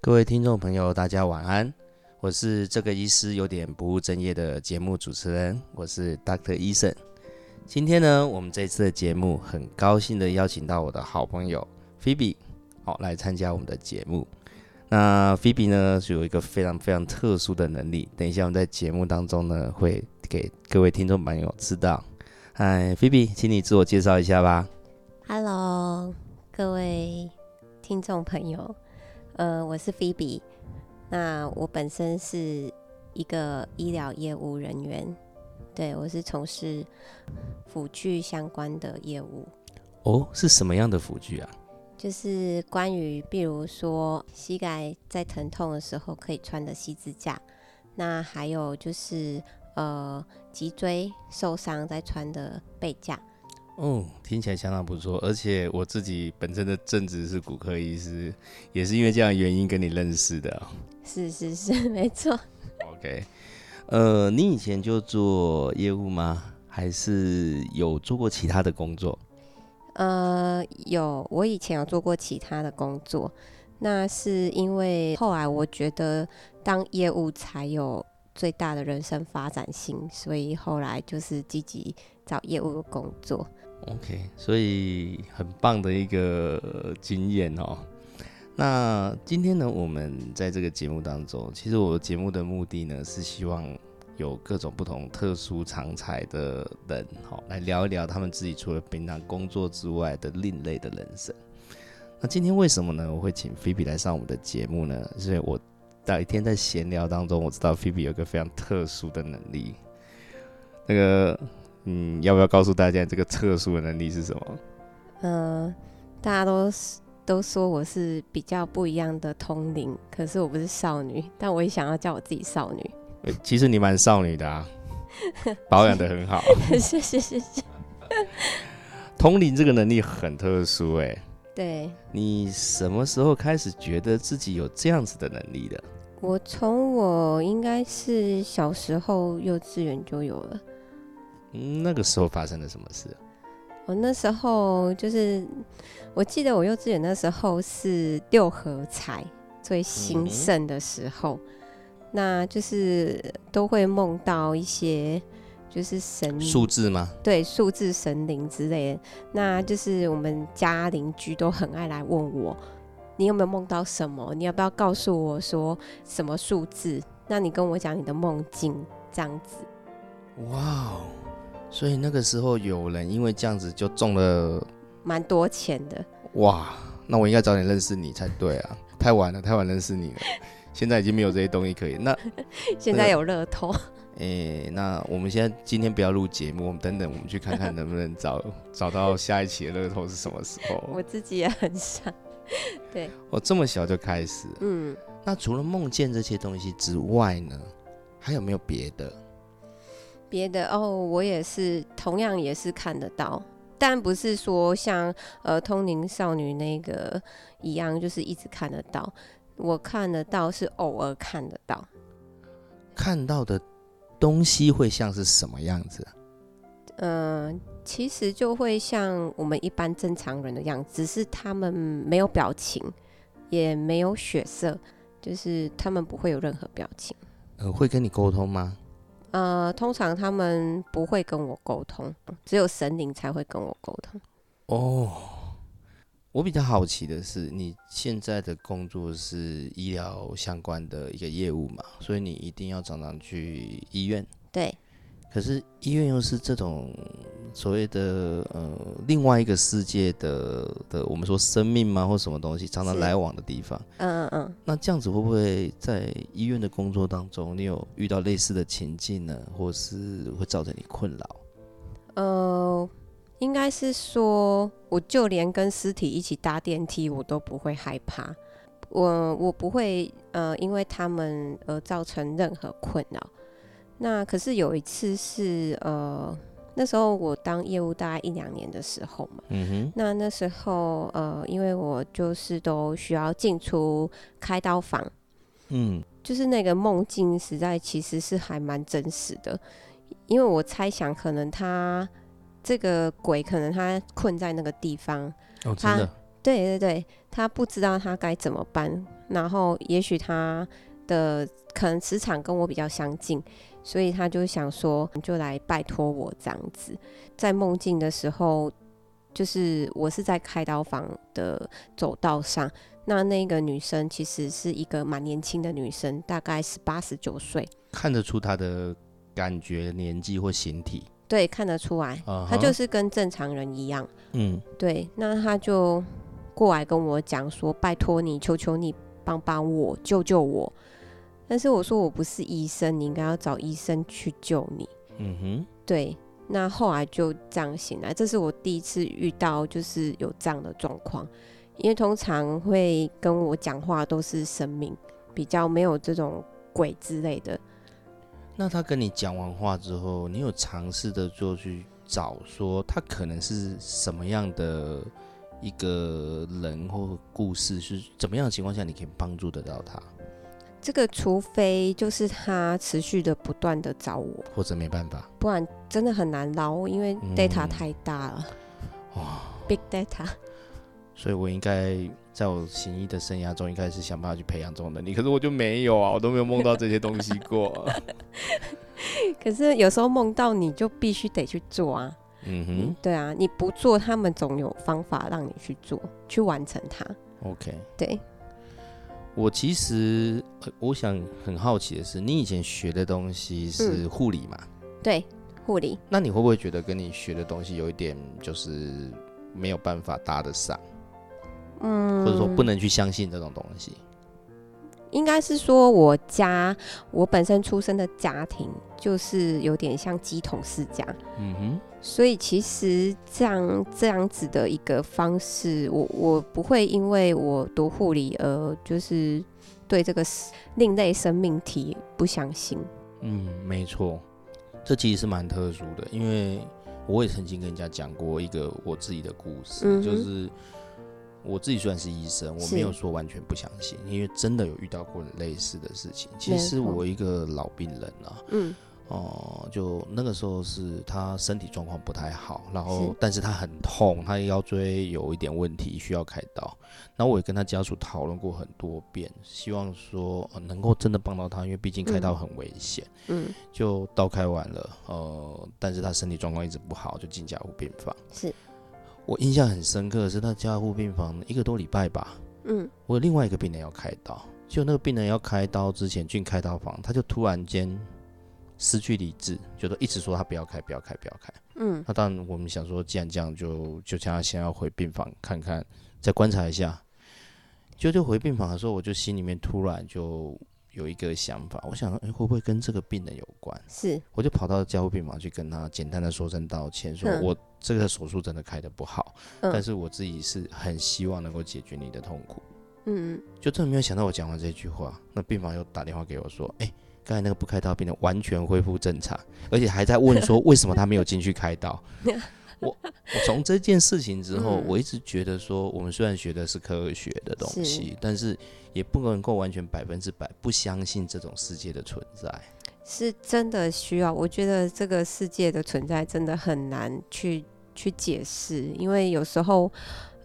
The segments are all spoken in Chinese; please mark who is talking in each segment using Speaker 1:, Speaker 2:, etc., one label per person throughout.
Speaker 1: 各位听众朋友，大家晚安，我是这个医师有点不务正业的节目主持人，我是 Doctor 医生。今天呢，我们这次的节目很高兴的邀请到我的好朋友 Phoebe，好、来参加我们的节目。那 Phoebe 呢是有一个非常非常特殊的能力，等一下我们在节目当中呢会给各位听众朋友知道。嗨，Phoebe，请你自我介绍一下吧。
Speaker 2: Hello，各位听众朋友，呃，我是 Phoebe。那我本身是一个医疗业务人员，对我是从事辅具相关的业务，
Speaker 1: 哦，是什么样的辅具啊？
Speaker 2: 就是关于比如说膝盖在疼痛的时候可以穿的膝支架，那还有就是呃脊椎受伤在穿的背架，
Speaker 1: 哦，听起来相当不错，而且我自己本身的正职是骨科医师，也是因为这样的原因跟你认识的哦。
Speaker 2: 是是是， 没错。
Speaker 1: OK，呃，你以前就做业务吗？还是有做过其他的工作？
Speaker 2: 呃，有，我以前有做过其他的工作，那是因为后来我觉得当业务才有最大的人生发展性，所以后来就是积极找业务的工作。
Speaker 1: OK，所以很棒的一个呃经验哦。那今天呢，我们在这个节目当中，其实我节目的目的呢是希望有各种不同特殊长才的人，好、来聊一聊他们自己除了平常工作之外的另类的人生。那今天为什么呢？我会请菲比来上我们的节目呢？是因为我在一天在闲聊当中，我知道菲比有一个非常特殊的能力，那个嗯，要不要告诉大家你这个特殊的能力是什么？
Speaker 2: 嗯、大家都是都说我是比较不一样的通灵，可是我不是少女，但我也想要叫我自己少女。
Speaker 1: 呃其实你蛮少女的 啊，保养的很好。
Speaker 2: 是是是是，
Speaker 1: 通灵这个能力很特殊哎、
Speaker 2: 对。
Speaker 1: 你什么时候开始觉得自己有这样子的能力的？
Speaker 2: 我从我应该是小时候幼稚园就有了，
Speaker 1: 嗯，那个时候发生了什么事？
Speaker 2: 我那时候就是，我记得我幼稚园那时候是六合彩最兴盛的时候，那就是都会梦到一些就是神
Speaker 1: 数字吗？
Speaker 2: 对数字神灵之类的，那就是我们家邻居都很爱来问我，你有没有梦到什么？你要不要告诉我说什么数字？那你跟我讲你的梦境这样子。
Speaker 1: 哇哦！所以那个时候有人因为这样子就中了，
Speaker 2: 蛮多钱的，
Speaker 1: 哇！那我应该早点认识你才对啊！太晚了，太晚认识你了，现在已经没有这些东西可以。那
Speaker 2: 现在有乐透，
Speaker 1: 诶、那我们现在今天不要录节目，我们等等，我们去看看能不能找找到下一期的乐透是什么时候。
Speaker 2: 我自己也很想。
Speaker 1: 我这么小就开始了，
Speaker 2: 嗯，
Speaker 1: 那除了梦见这些东西之外呢，还有没有别的？
Speaker 2: 别的哦，我也是，同样也是看得到，但不是说像呃通灵少女那个一样，就是一直看得到。我看得到是偶尔看得到，
Speaker 1: 看到的东西会像是什么样子？啊
Speaker 2: 嗯、其实就会像我们一般正常人的样子，只是他们没有表情，也没有血色，就是他们不会有任何表情。
Speaker 1: 呃，会跟你沟通吗？
Speaker 2: 呃，通常他们不会跟我沟通，只有神灵才会跟我沟通。
Speaker 1: 哦，我比较好奇的是，你现在的工作是医疗相关的一个业务嘛，所以你一定要常常去医院。
Speaker 2: 对，
Speaker 1: 可是医院又是这种所谓的呃另外一个世界的的，我们说生命嘛或什么东西，常常
Speaker 2: 是
Speaker 1: 来往的地方。
Speaker 2: 嗯嗯嗯，
Speaker 1: 那这样子会不会在医院的工作当中，你有遇到类似的情境呢，或是会造成你困扰？
Speaker 2: 呃，应该是说，我就连跟尸体一起搭电梯，我都不会害怕。我我不会呃，因为他们而造成任何困扰。那可是有一次是呃，那时候我当业务大概一两年的时候嘛。
Speaker 1: 嗯
Speaker 2: 那那时候，呃，因为我就是都需要进出开刀房，
Speaker 1: 哼，嗯，
Speaker 2: 就是那个梦境实在其实是还蛮真实的，因为我猜想可能他这个鬼可能他困在那个地方，
Speaker 1: 哦，
Speaker 2: 他
Speaker 1: 真的，
Speaker 2: 对对对，他不知道他该怎么办，然后也许他的可能磁场跟我比较相近，所以他就想说，就来拜托我这样子。在梦境的时候，就是我是在开刀房的走道上，那那个女生其实是一个蛮年轻的女生，大概十八十九岁，
Speaker 1: 看得出他的感觉、年纪或形体。
Speaker 2: 对，看得出来，
Speaker 1: 啊
Speaker 2: 她就是是跟正常人一样。
Speaker 1: 嗯，
Speaker 2: 对，那他就过来跟我讲说：“拜托你，求求你，帮帮我，救救我。”但是我说我不是医生，你应该要找医生去救你。
Speaker 1: 嗯哼，
Speaker 2: 对，那后来就这样醒来，这是我第一次遇到就是有这样的状况，因为通常会跟我讲话都是神明，比较没有这种鬼之类的。
Speaker 1: 那他跟你讲完话之后，你有尝试的就去找说他可能是什么样的一个人或故事，是怎么样的情况下你可以帮助得到他，
Speaker 2: 这个除非就是他持续的不断的找我，
Speaker 1: 或者没办法。
Speaker 2: 不然真的很难捞，因为
Speaker 1: 嗯
Speaker 2: data 太大了。
Speaker 1: 哇
Speaker 2: Big data，
Speaker 1: 所以我应该在我行医的生涯中，应该是想办法去培养这种能力。可是我就没有啊，我都没有梦到这些东西过。
Speaker 2: 可是有时候梦到你就必须得去做啊。
Speaker 1: 嗯
Speaker 2: 对啊，你不做，他们总有方法让你去做，去完成它。
Speaker 1: 哼，OK。
Speaker 2: 对，
Speaker 1: 我其实呃我想很好奇的是，你以前学的东西是护理嘛？
Speaker 2: 对，护理，
Speaker 1: 那你会不会觉得跟你学的东西有一点就是没有办法搭得上，
Speaker 2: 嗯，
Speaker 1: 或者说不能去相信这种东西？
Speaker 2: 应该是说我家我本身出生的家庭就是有点像鸡同世家，
Speaker 1: 嗯哼，
Speaker 2: 所以其实这样这样子的一个方式，我我不会因为我读护理而就是对这个另类生命体不相信。
Speaker 1: 嗯，没错，这其实是蛮特殊的，因为我也曾经跟人家讲过一个我自己的故事，
Speaker 2: 嗯哼
Speaker 1: 就是我自己虽然是医生，我
Speaker 2: 是
Speaker 1: 没有说完全不相信，因为真的有遇到过类似的事情。其
Speaker 2: 没
Speaker 1: 实
Speaker 2: 错
Speaker 1: 我一个老病人啊，
Speaker 2: 嗯
Speaker 1: 哦、就那个时候是他身体状况不太好，然后
Speaker 2: 是
Speaker 1: 但是他很痛，他腰椎有一点问题，需要开刀。然后我也跟他家属讨论过很多遍，希望说、呃能够真的帮到他，因为毕竟开刀
Speaker 2: 嗯
Speaker 1: 很危险。
Speaker 2: 嗯，
Speaker 1: 就刀开完了，呃，但是他身体状况一直不好，就进加护病房。
Speaker 2: 是，
Speaker 1: 我印象很深刻的是，他加护病房一个多礼拜吧，
Speaker 2: 嗯
Speaker 1: 我有另外一个病人要开刀，就那个病人要开刀之前进开刀房，他就突然间失去理智，觉得一直说他不要开，不要开，不要开。
Speaker 2: 嗯
Speaker 1: 那当然，我们想说，既然这样就，就叫他先要回病房看看，再观察一下。就就回病房的时候，我就心里面突然就有一个想法，我想，哎、会不会跟这个病人有关？
Speaker 2: 是，
Speaker 1: 我就跑到加护病房去跟他简单的说声道歉，说
Speaker 2: 嗯
Speaker 1: 我这个手术真的开的不好，
Speaker 2: 嗯
Speaker 1: 但是我自己是很希望能够解决你的痛苦。
Speaker 2: 嗯
Speaker 1: 就真的没有想到我讲完这句话，那病房又打电话给我说，哎、刚才那个不开刀的病人完全恢复正常，而且还在问说为什么他没有进去开刀。我我从这件事情之后，
Speaker 2: 嗯
Speaker 1: 我一直觉得说，我们虽然学的是科学的东西，但是也不能够完全百分之百不相信这种世界的存在。
Speaker 2: 是真的需要。我觉得这个世界的存在真的很难去去解释，因为有时候，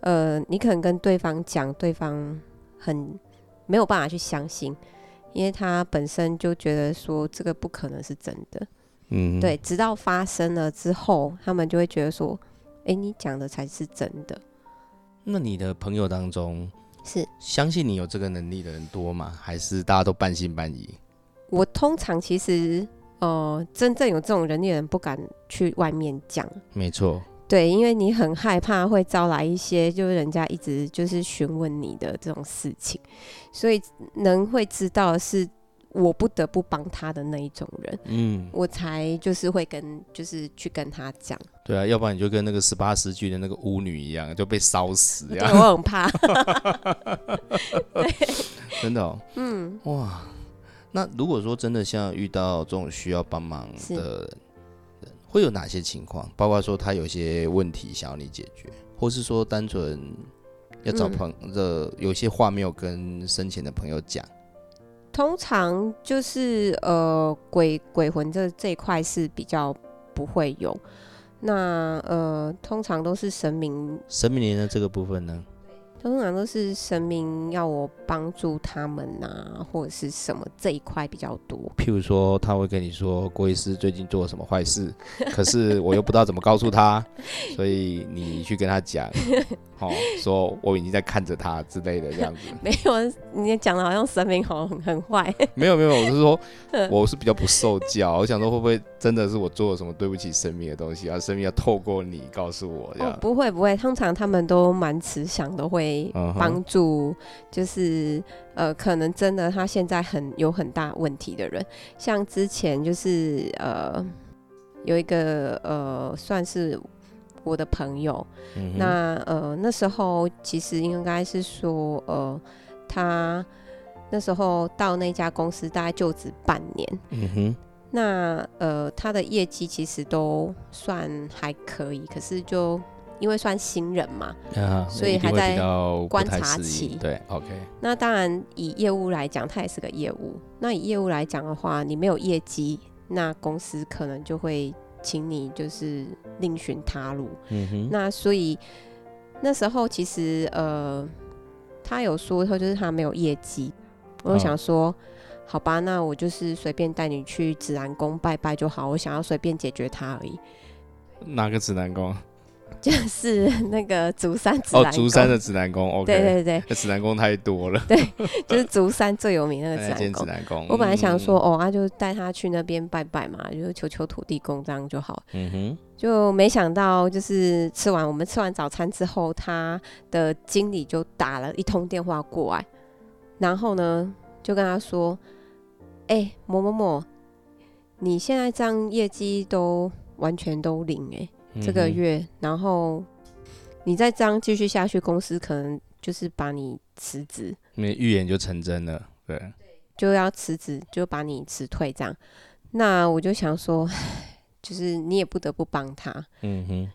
Speaker 2: 呃，你可能跟对方讲，对方很没有办法去相信，因为他本身就觉得说这个不可能是真的。
Speaker 1: 嗯，
Speaker 2: 对，，直到发生了之后，他们就会觉得说，诶，你讲的才是真的。
Speaker 1: 那你的朋友当中，
Speaker 2: 是
Speaker 1: 相信你有这个能力的人多吗？还是大家都半信半疑？
Speaker 2: 我通常其实，呃，真正有这种人的人不敢去外面讲。
Speaker 1: 没错，
Speaker 2: 对，因为你很害怕会招来一些就是人家一直就是询问你的这种事情，所以能会知道的是我不得不帮他的那一种人，
Speaker 1: 嗯，
Speaker 2: 我才就是会跟就是去跟他讲，
Speaker 1: 对啊，要不然你就跟那个十八世纪的那个巫女一样，就被烧死
Speaker 2: 对
Speaker 1: 呀、
Speaker 2: 我很怕。
Speaker 1: 真的、哦，
Speaker 2: 嗯，
Speaker 1: 哇！那如果说真的像遇到这种需要帮忙
Speaker 2: 是
Speaker 1: 的人，会有哪些情况？包括说他有一些问题想要你解决，或是说单纯要找
Speaker 2: 嗯
Speaker 1: 朋的、有些话没有跟生前的朋友讲，
Speaker 2: 通常就是呃鬼鬼魂这这一块是比较不会有，那呃通常都是神明
Speaker 1: 神明年的这个部分呢？
Speaker 2: 通常都是神明要我帮助他们呐、啊或者是什么这一块比较多。
Speaker 1: 譬如说，他会跟你说郭医师最近做了什么坏 事，可是我又不知道怎么告诉他，所以你去跟他讲， 哦，说我已经在看着他之类的这 样子。
Speaker 2: 没有，你也讲的好像神明好像很很坏，
Speaker 1: 没有没有，我是说
Speaker 2: 嗯
Speaker 1: 我是比较不受教，我想说会不会真的是我做了什么对不起神明的东西，啊？神明要透过你告诉我这
Speaker 2: 哦，
Speaker 1: 样。
Speaker 2: 不会不会，通常他们都蛮慈祥的，会
Speaker 1: 嗯哼
Speaker 2: 帮助，就是呃，可能真的他现在很有很大问题的人，像之前就是呃，有一个呃，算是我的朋友，
Speaker 1: 嗯哼
Speaker 2: 那呃那时候其实应该是说呃，他那时候到那家公司大概就职半年，
Speaker 1: 嗯哼，
Speaker 2: 那呃，他的业绩其实都算还可以，可是就因为算新人嘛，
Speaker 1: 啊，
Speaker 2: 所以
Speaker 1: 一定
Speaker 2: 还
Speaker 1: 会
Speaker 2: 在
Speaker 1: 比较不
Speaker 2: 观
Speaker 1: 太
Speaker 2: 察
Speaker 1: 适应
Speaker 2: 期
Speaker 1: 对，OK，
Speaker 2: 那当然以业务来讲，他也是个业务。那以业务来讲的话，你没有业绩，那公司可能就会请你就是另寻他路。
Speaker 1: 嗯哼，
Speaker 2: 那所以那时候其实呃，他有说他就是他没有业绩，我
Speaker 1: 哦
Speaker 2: 就想说。好吧，那我就是随便带你去指南宫拜拜就好，我想要随便解决它而已。
Speaker 1: 哪个指南宫？
Speaker 2: 就是那个竹山指南
Speaker 1: 哦，
Speaker 2: 宫
Speaker 1: 竹山的指南宫，OK，
Speaker 2: 对对对，
Speaker 1: 那指南宫太多了，
Speaker 2: 就是竹山最有名那个指
Speaker 1: 那
Speaker 2: 南
Speaker 1: 间指
Speaker 2: 宫。
Speaker 1: 南宫。
Speaker 2: 我本来想
Speaker 1: 嗯
Speaker 2: 说，，哦，啊，就带他去那边拜拜嘛，就是求求土地公这样就好。
Speaker 1: 嗯哼，
Speaker 2: 就没想到，就是吃完我们吃完早餐之后，他的经理就打了一通电话过来，然后呢，就跟他说：“哎、某某某，你现在这样业绩都完全都零哎、这个
Speaker 1: 嗯哼
Speaker 2: 月，然后你再这样继续下去，公司可能就是把你辞职，
Speaker 1: 因为预言就成真了，对，
Speaker 2: 就要辞职，就把你辞退这样。那我就想说，唉就是你也不得不帮他，
Speaker 1: 嗯哼。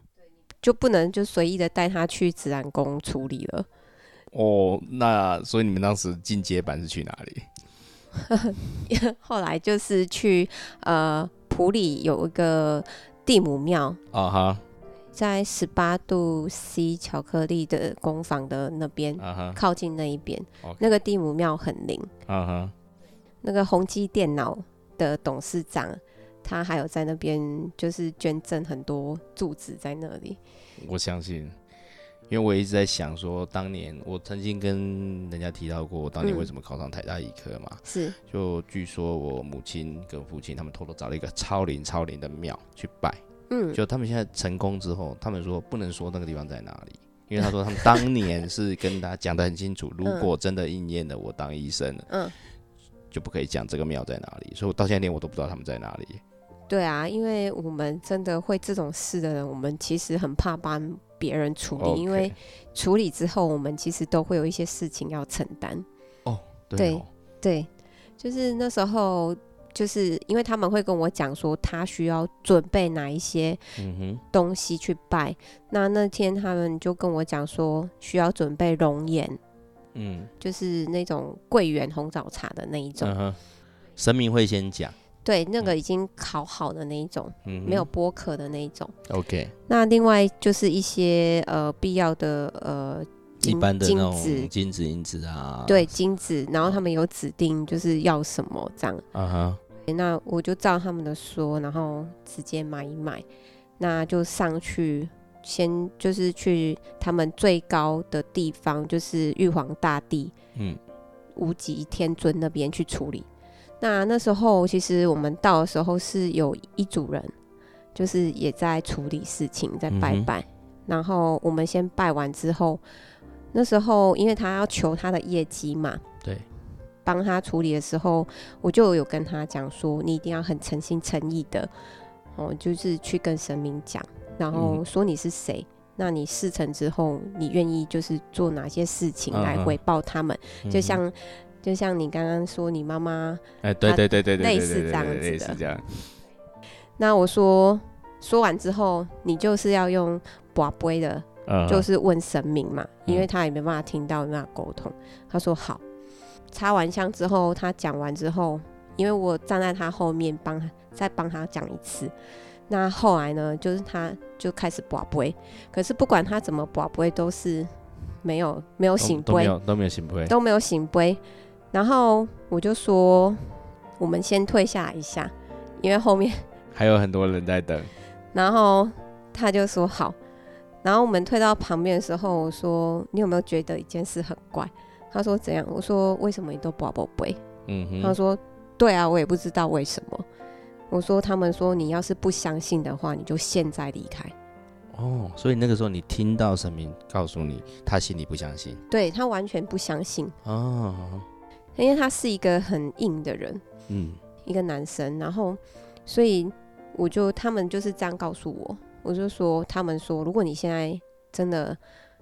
Speaker 2: 就不能就随意的带他去自然宫处理了。
Speaker 1: 哦，那所以你们当时进阶版是去哪里？
Speaker 2: 后来就是去呃普里有一个地母庙，
Speaker 1: 啊哈，
Speaker 2: 在十八度 C 巧克力的工坊的那边，
Speaker 1: 啊哈，
Speaker 2: 靠近那一边
Speaker 1: OK
Speaker 2: 那个地母庙很灵。
Speaker 1: 啊哈，
Speaker 2: 那个宏基电脑的董事长，他还有在那边就是捐赠很多柱子在那里。
Speaker 1: 我相信，因为我一直在想说，当年我曾经跟人家提到过，我当年
Speaker 2: 嗯
Speaker 1: 为什么考上台大医科嘛？
Speaker 2: 是，
Speaker 1: 就据说我母亲跟父亲他们偷偷找了一个超灵超灵的庙去拜，
Speaker 2: 嗯，
Speaker 1: 就他们现在成功之后，他们说不能说那个地方在哪里，因为他说他们当年是跟大家讲得很清 楚，如果真的应验了我当医生了，
Speaker 2: 嗯，
Speaker 1: 就不可以讲这个庙在哪里，所以我到现在连我都不知道他们在哪里。
Speaker 2: 对啊，因为我们真的会这种事的人，我们其实很怕帮别人处理
Speaker 1: 哦 OK
Speaker 2: 因为处理之后，我们其实都会有一些事情要承担。
Speaker 1: 对
Speaker 2: 对
Speaker 1: 哦，
Speaker 2: 对，就是那时候。就是因为他们会跟我讲说，他需要准备哪一些
Speaker 1: 嗯哼，
Speaker 2: 东西去拜。那那天他们就跟我讲说，需要准备龙眼，
Speaker 1: 嗯，
Speaker 2: 就是那种桂圆红枣茶的那一种，
Speaker 1: 嗯哼，神明会先讲，
Speaker 2: 对，那个已经烤好的那一种，
Speaker 1: 嗯哼，
Speaker 2: 没有剥壳的那一种。
Speaker 1: OK，
Speaker 2: 那另外就是一些呃必要的呃
Speaker 1: 一
Speaker 2: 金
Speaker 1: 般的那
Speaker 2: 金
Speaker 1: 种
Speaker 2: 子，
Speaker 1: 金子银子啊，
Speaker 2: 对，金子，然后他们有指定就是要什么这样，
Speaker 1: 啊哈，
Speaker 2: 那我就照他们的说，然后直接买一买，那就上去。先就是去他们最高的地方，就是玉皇大帝，
Speaker 1: 嗯
Speaker 2: 无极天尊那边去处理。那那时候其实我们到的时候是有一组人，就是也在处理事情，在拜
Speaker 1: 嗯哼
Speaker 2: 拜。然后我们先拜完之后，那时候因为他要求他的业绩嘛，
Speaker 1: 对，
Speaker 2: 帮他处理的时候，我就有跟他讲说，你一定要很诚心诚意的，哦，就是去跟神明讲，然后
Speaker 1: 嗯
Speaker 2: 说你是谁。那你事成之后，你愿意就是做哪些事情
Speaker 1: 嗯
Speaker 2: 来
Speaker 1: 嗯
Speaker 2: 回报他们？
Speaker 1: 嗯
Speaker 2: 就
Speaker 1: 哼
Speaker 2: 像就像你刚刚说你妈妈，
Speaker 1: 哎，对
Speaker 2: 啊
Speaker 1: 对对对对，
Speaker 2: 类
Speaker 1: 对
Speaker 2: 似
Speaker 1: 对
Speaker 2: 这
Speaker 1: 对
Speaker 2: 样
Speaker 1: 对
Speaker 2: 子
Speaker 1: 类
Speaker 2: 的
Speaker 1: 似这样，
Speaker 2: 那我说说完之后，你就是要用卜杯的，
Speaker 1: 嗯
Speaker 2: 就
Speaker 1: 哼
Speaker 2: 是问神明嘛，
Speaker 1: 嗯
Speaker 2: 因为他也没办法听到，没办法沟通。他说好。插完香之后，他讲完之后，因为我站在他后面帮他再帮他讲一次。那后来呢，就是他就开始卜杯，可是不管他怎么卜杯，都是没有没有醒
Speaker 1: 都没
Speaker 2: 杯，
Speaker 1: 有都没有醒杯，
Speaker 2: 都没有醒杯。然后我就说，我们先退下来一下，因为后面，
Speaker 1: 还有很多人在等。
Speaker 2: 然后他就说好。然后我们退到旁边的时候，我说你有没有觉得一件事很怪？他说怎样？我说为什么你都不宝杯？
Speaker 1: 嗯
Speaker 2: 他
Speaker 1: 哼，
Speaker 2: 说：“对啊，我也不知道为什么。”我说：“他们说你要是不相信的话，你就现在离开。
Speaker 1: 哦，所以那个时候你听到神明告诉你，他心里不相信
Speaker 2: 对”他完全不相信，
Speaker 1: 哦，
Speaker 2: 因为他是一个很硬的人，
Speaker 1: 嗯，
Speaker 2: 一个男生。然后，所以我就他们就是这样告诉我，我就说他们说，如果你现在真的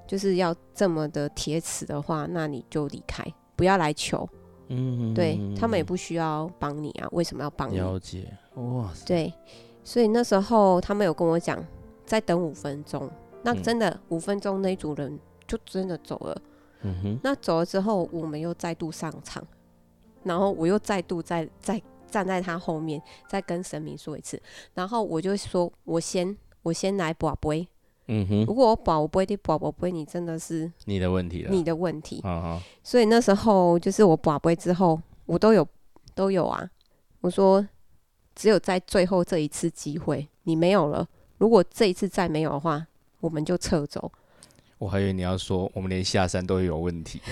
Speaker 2: 就是要这么的铁齿的话，那你就离开，不要来求。
Speaker 1: 嗯，
Speaker 2: 对他们也不需要帮你啊，为什么要帮你？
Speaker 1: 了解，哇塞，
Speaker 2: 对，所以那时候他们有跟我讲，再等五分钟。那
Speaker 1: 嗯
Speaker 2: 真的五、分钟，那一组人就真的走了。
Speaker 1: 嗯哼，
Speaker 2: 那走了之后，我们又再度上场，然后我又再度再再站在他后面，再跟神明说一次。然后我就说，我先我先来保杯，
Speaker 1: 嗯哼，
Speaker 2: 如果我保杯的保保杯，你真的是
Speaker 1: 你的问题了，
Speaker 2: 你的问题。
Speaker 1: 啊哈，
Speaker 2: 所以那时候就是我保杯之后，我都有都有啊。我说，只有在最后这一次机会，你没有了。如果这一次再没有的话，我们就撤走。
Speaker 1: 我还以为你要说我们连下山都有问 题，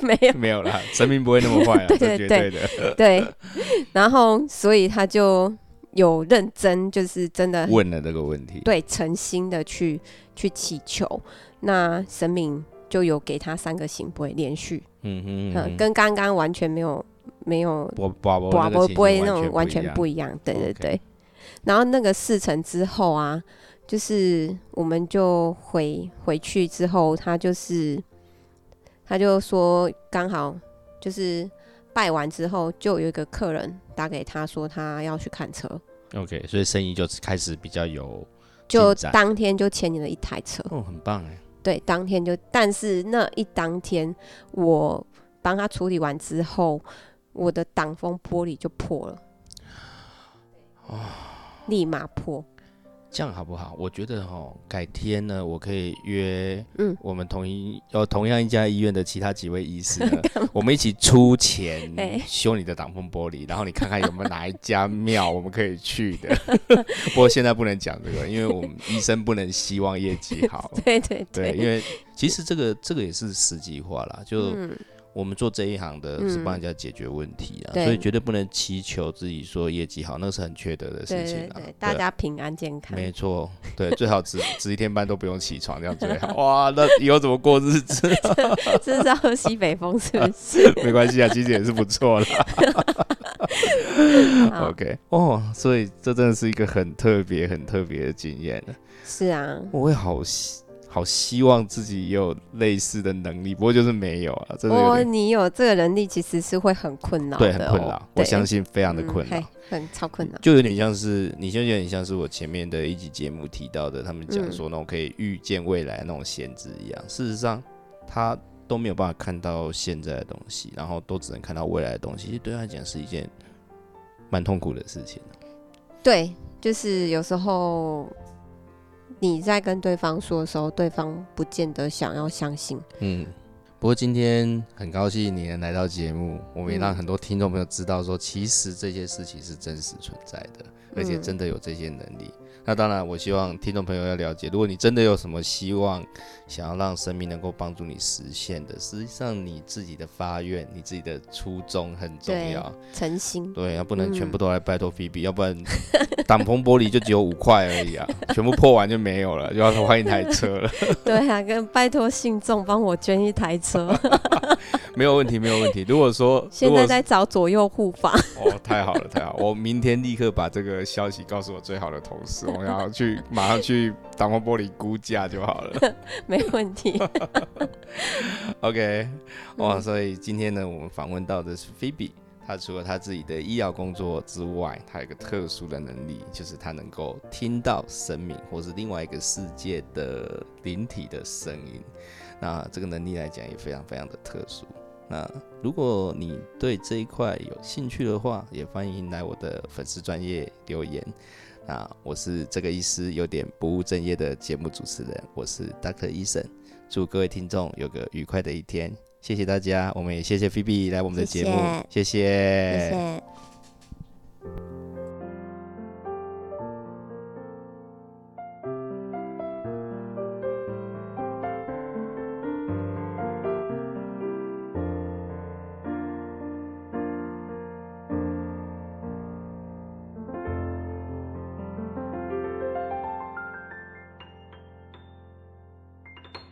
Speaker 2: 没有
Speaker 1: 没有啦，神明不会那么坏啊，
Speaker 2: 对
Speaker 1: 这绝
Speaker 2: 对对
Speaker 1: 的。
Speaker 2: 对， 然后所以他就有认真，就是真的
Speaker 1: 问了这个问题，
Speaker 2: 对诚心的去去祈求。那神明就有给他三个行不会连续，
Speaker 1: 嗯哼，
Speaker 2: 嗯，跟刚刚完全没有没有
Speaker 1: 我宝宝
Speaker 2: 寡
Speaker 1: 不
Speaker 2: 不会那种完全不
Speaker 1: 一
Speaker 2: 一样，对对
Speaker 1: OK
Speaker 2: 对。然后那个事成之后啊，就是我们就回回去之后，他就是他就说刚好就是拜完之后，就有一个客人打给他说他要去看车，
Speaker 1: 样 OK，所以生意就开始比较有
Speaker 2: 就
Speaker 1: 进展
Speaker 2: 当天就签了一台车，
Speaker 1: 哦，很棒哎，
Speaker 2: 对，当天就，但是那一当天我帮他处理完之后，我的挡风玻璃就破了，
Speaker 1: 啊
Speaker 2: 立马破，
Speaker 1: 这样好不好？我觉得哦，改天呢，我可以约
Speaker 2: 嗯
Speaker 1: 我们同一呃同样一家医院的其他几位医 师呢，我们一起出钱
Speaker 2: 哎
Speaker 1: 修你的挡风玻璃，然后你看看有没有哪一家 庙我们可以去的。不过现在不能讲这个，因为我们医生不能希望业绩好。
Speaker 2: 对 对
Speaker 1: 对，因为其实这个这个也是实际化啦，就
Speaker 2: 嗯，
Speaker 1: 我们做这一行的是
Speaker 2: 嗯
Speaker 1: 帮人家解决问题啊，
Speaker 2: 对
Speaker 1: 所以绝对不能祈求自己说业绩好，那是很缺德的
Speaker 2: 对
Speaker 1: 事情
Speaker 2: 对
Speaker 1: 啊。
Speaker 2: 对，
Speaker 1: 啊
Speaker 2: 大家平安健康。
Speaker 1: 没错，对，最好值值一天班都不用起床，这样最好。哇，那以后怎么过日 子？
Speaker 2: 这是要喝西北风 是不是？
Speaker 1: 没关系啊，其实也是不错啦。
Speaker 2: 好
Speaker 1: OK，哦，所以这真的是一个很特别、很特别的经验。
Speaker 2: 是啊，
Speaker 1: 我会好希好希望自己也有类似的能力，不过就是没有啊，真的有
Speaker 2: 哦，
Speaker 1: 点、
Speaker 2: 你有这个能力，其实是会很困扰的、
Speaker 1: 对，
Speaker 2: 哦，
Speaker 1: 很困扰。我
Speaker 2: 对
Speaker 1: 相信非常的
Speaker 2: 嗯
Speaker 1: 困扰。嗯
Speaker 2: 嘿很超困扰。
Speaker 1: 就有点像是，你就有点像是我前面的一集节目提到的，他们讲说那种可以预见未来那种先知一样。事实上，他都没有办法看到现在的东西，然后都只能看到未来的东西，其实对他来讲是一件蛮痛苦的事情。
Speaker 2: 对，就是有时候你在跟对方说的时候，对方不见得想要相信。
Speaker 1: 嗯，不过今天很高兴你能来到节目，我们也让
Speaker 2: 嗯
Speaker 1: 很多听众朋友知道说，其实这些事情是真实存在的，而且
Speaker 2: 嗯
Speaker 1: 真的有这些能力。那当然，我希望听众朋友要了解，如果你真的有什么希望，想要让生命能够帮助你实现的，实际上你自己的发愿、你自己的初衷很重
Speaker 2: 对
Speaker 1: 要。
Speaker 2: 诚 心，
Speaker 1: 对，啊，不能全
Speaker 2: 嗯
Speaker 1: 部都来拜托菲比，要不然挡风玻璃就只有五块而已啊，全部破完就没有了，就要换一台车了。
Speaker 2: 对啊，跟拜托信众帮我捐一台车，
Speaker 1: 没有问题，没有问题。如果说
Speaker 2: 现
Speaker 1: 如
Speaker 2: 在
Speaker 1: 果
Speaker 2: 在找左右护法。
Speaker 1: 哦，太好了，太好了！我明天立刻把这个消息告诉我最好的同事，我要去马上去挡风玻璃估价就好了。
Speaker 2: 没问题。
Speaker 1: OK，哇，
Speaker 2: 嗯
Speaker 1: 所以今天呢，我们访问到的是菲比，她除了她自己的医疗工作之外，她有一个特殊的能力，就是她能够听到神明或是另外一个世界的灵体的声音。那这个能力来讲也非常非常的特殊。那如果你对这一块有兴趣的话，也欢迎来我的粉丝专业留言。那我是这个医师有点不务正业的节目主持人，我是 Dr. 医生。祝各位听众有个愉快的一天，谢谢大家，我们也谢谢 B B 来我们的节目，
Speaker 2: 谢谢
Speaker 1: 谢谢
Speaker 2: 谢谢。